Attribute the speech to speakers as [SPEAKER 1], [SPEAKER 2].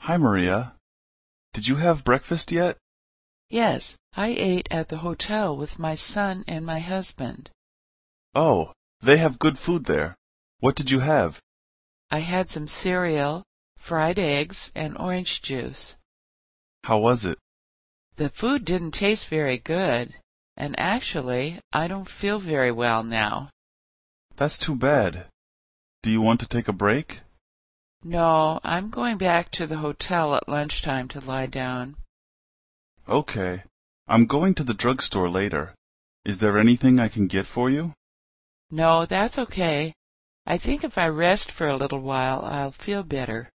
[SPEAKER 1] Hi, Maria. Did you have breakfast yet?
[SPEAKER 2] Yes, I ate at the hotel with my son and my husband.
[SPEAKER 1] Oh, they have good food there. What did you have?
[SPEAKER 2] I had some cereal, fried eggs, and orange juice.
[SPEAKER 1] How was it?
[SPEAKER 2] The food didn't taste very good, and actually, I don't feel very well now.
[SPEAKER 1] That's too bad. Do you want to take a break?
[SPEAKER 2] No, I'm going back to the hotel at lunchtime to lie down.
[SPEAKER 1] Okay. I'm going to the drugstore later. Is there anything I can get for you?
[SPEAKER 2] No, that's okay. I think if I rest for a little while, I'll feel better.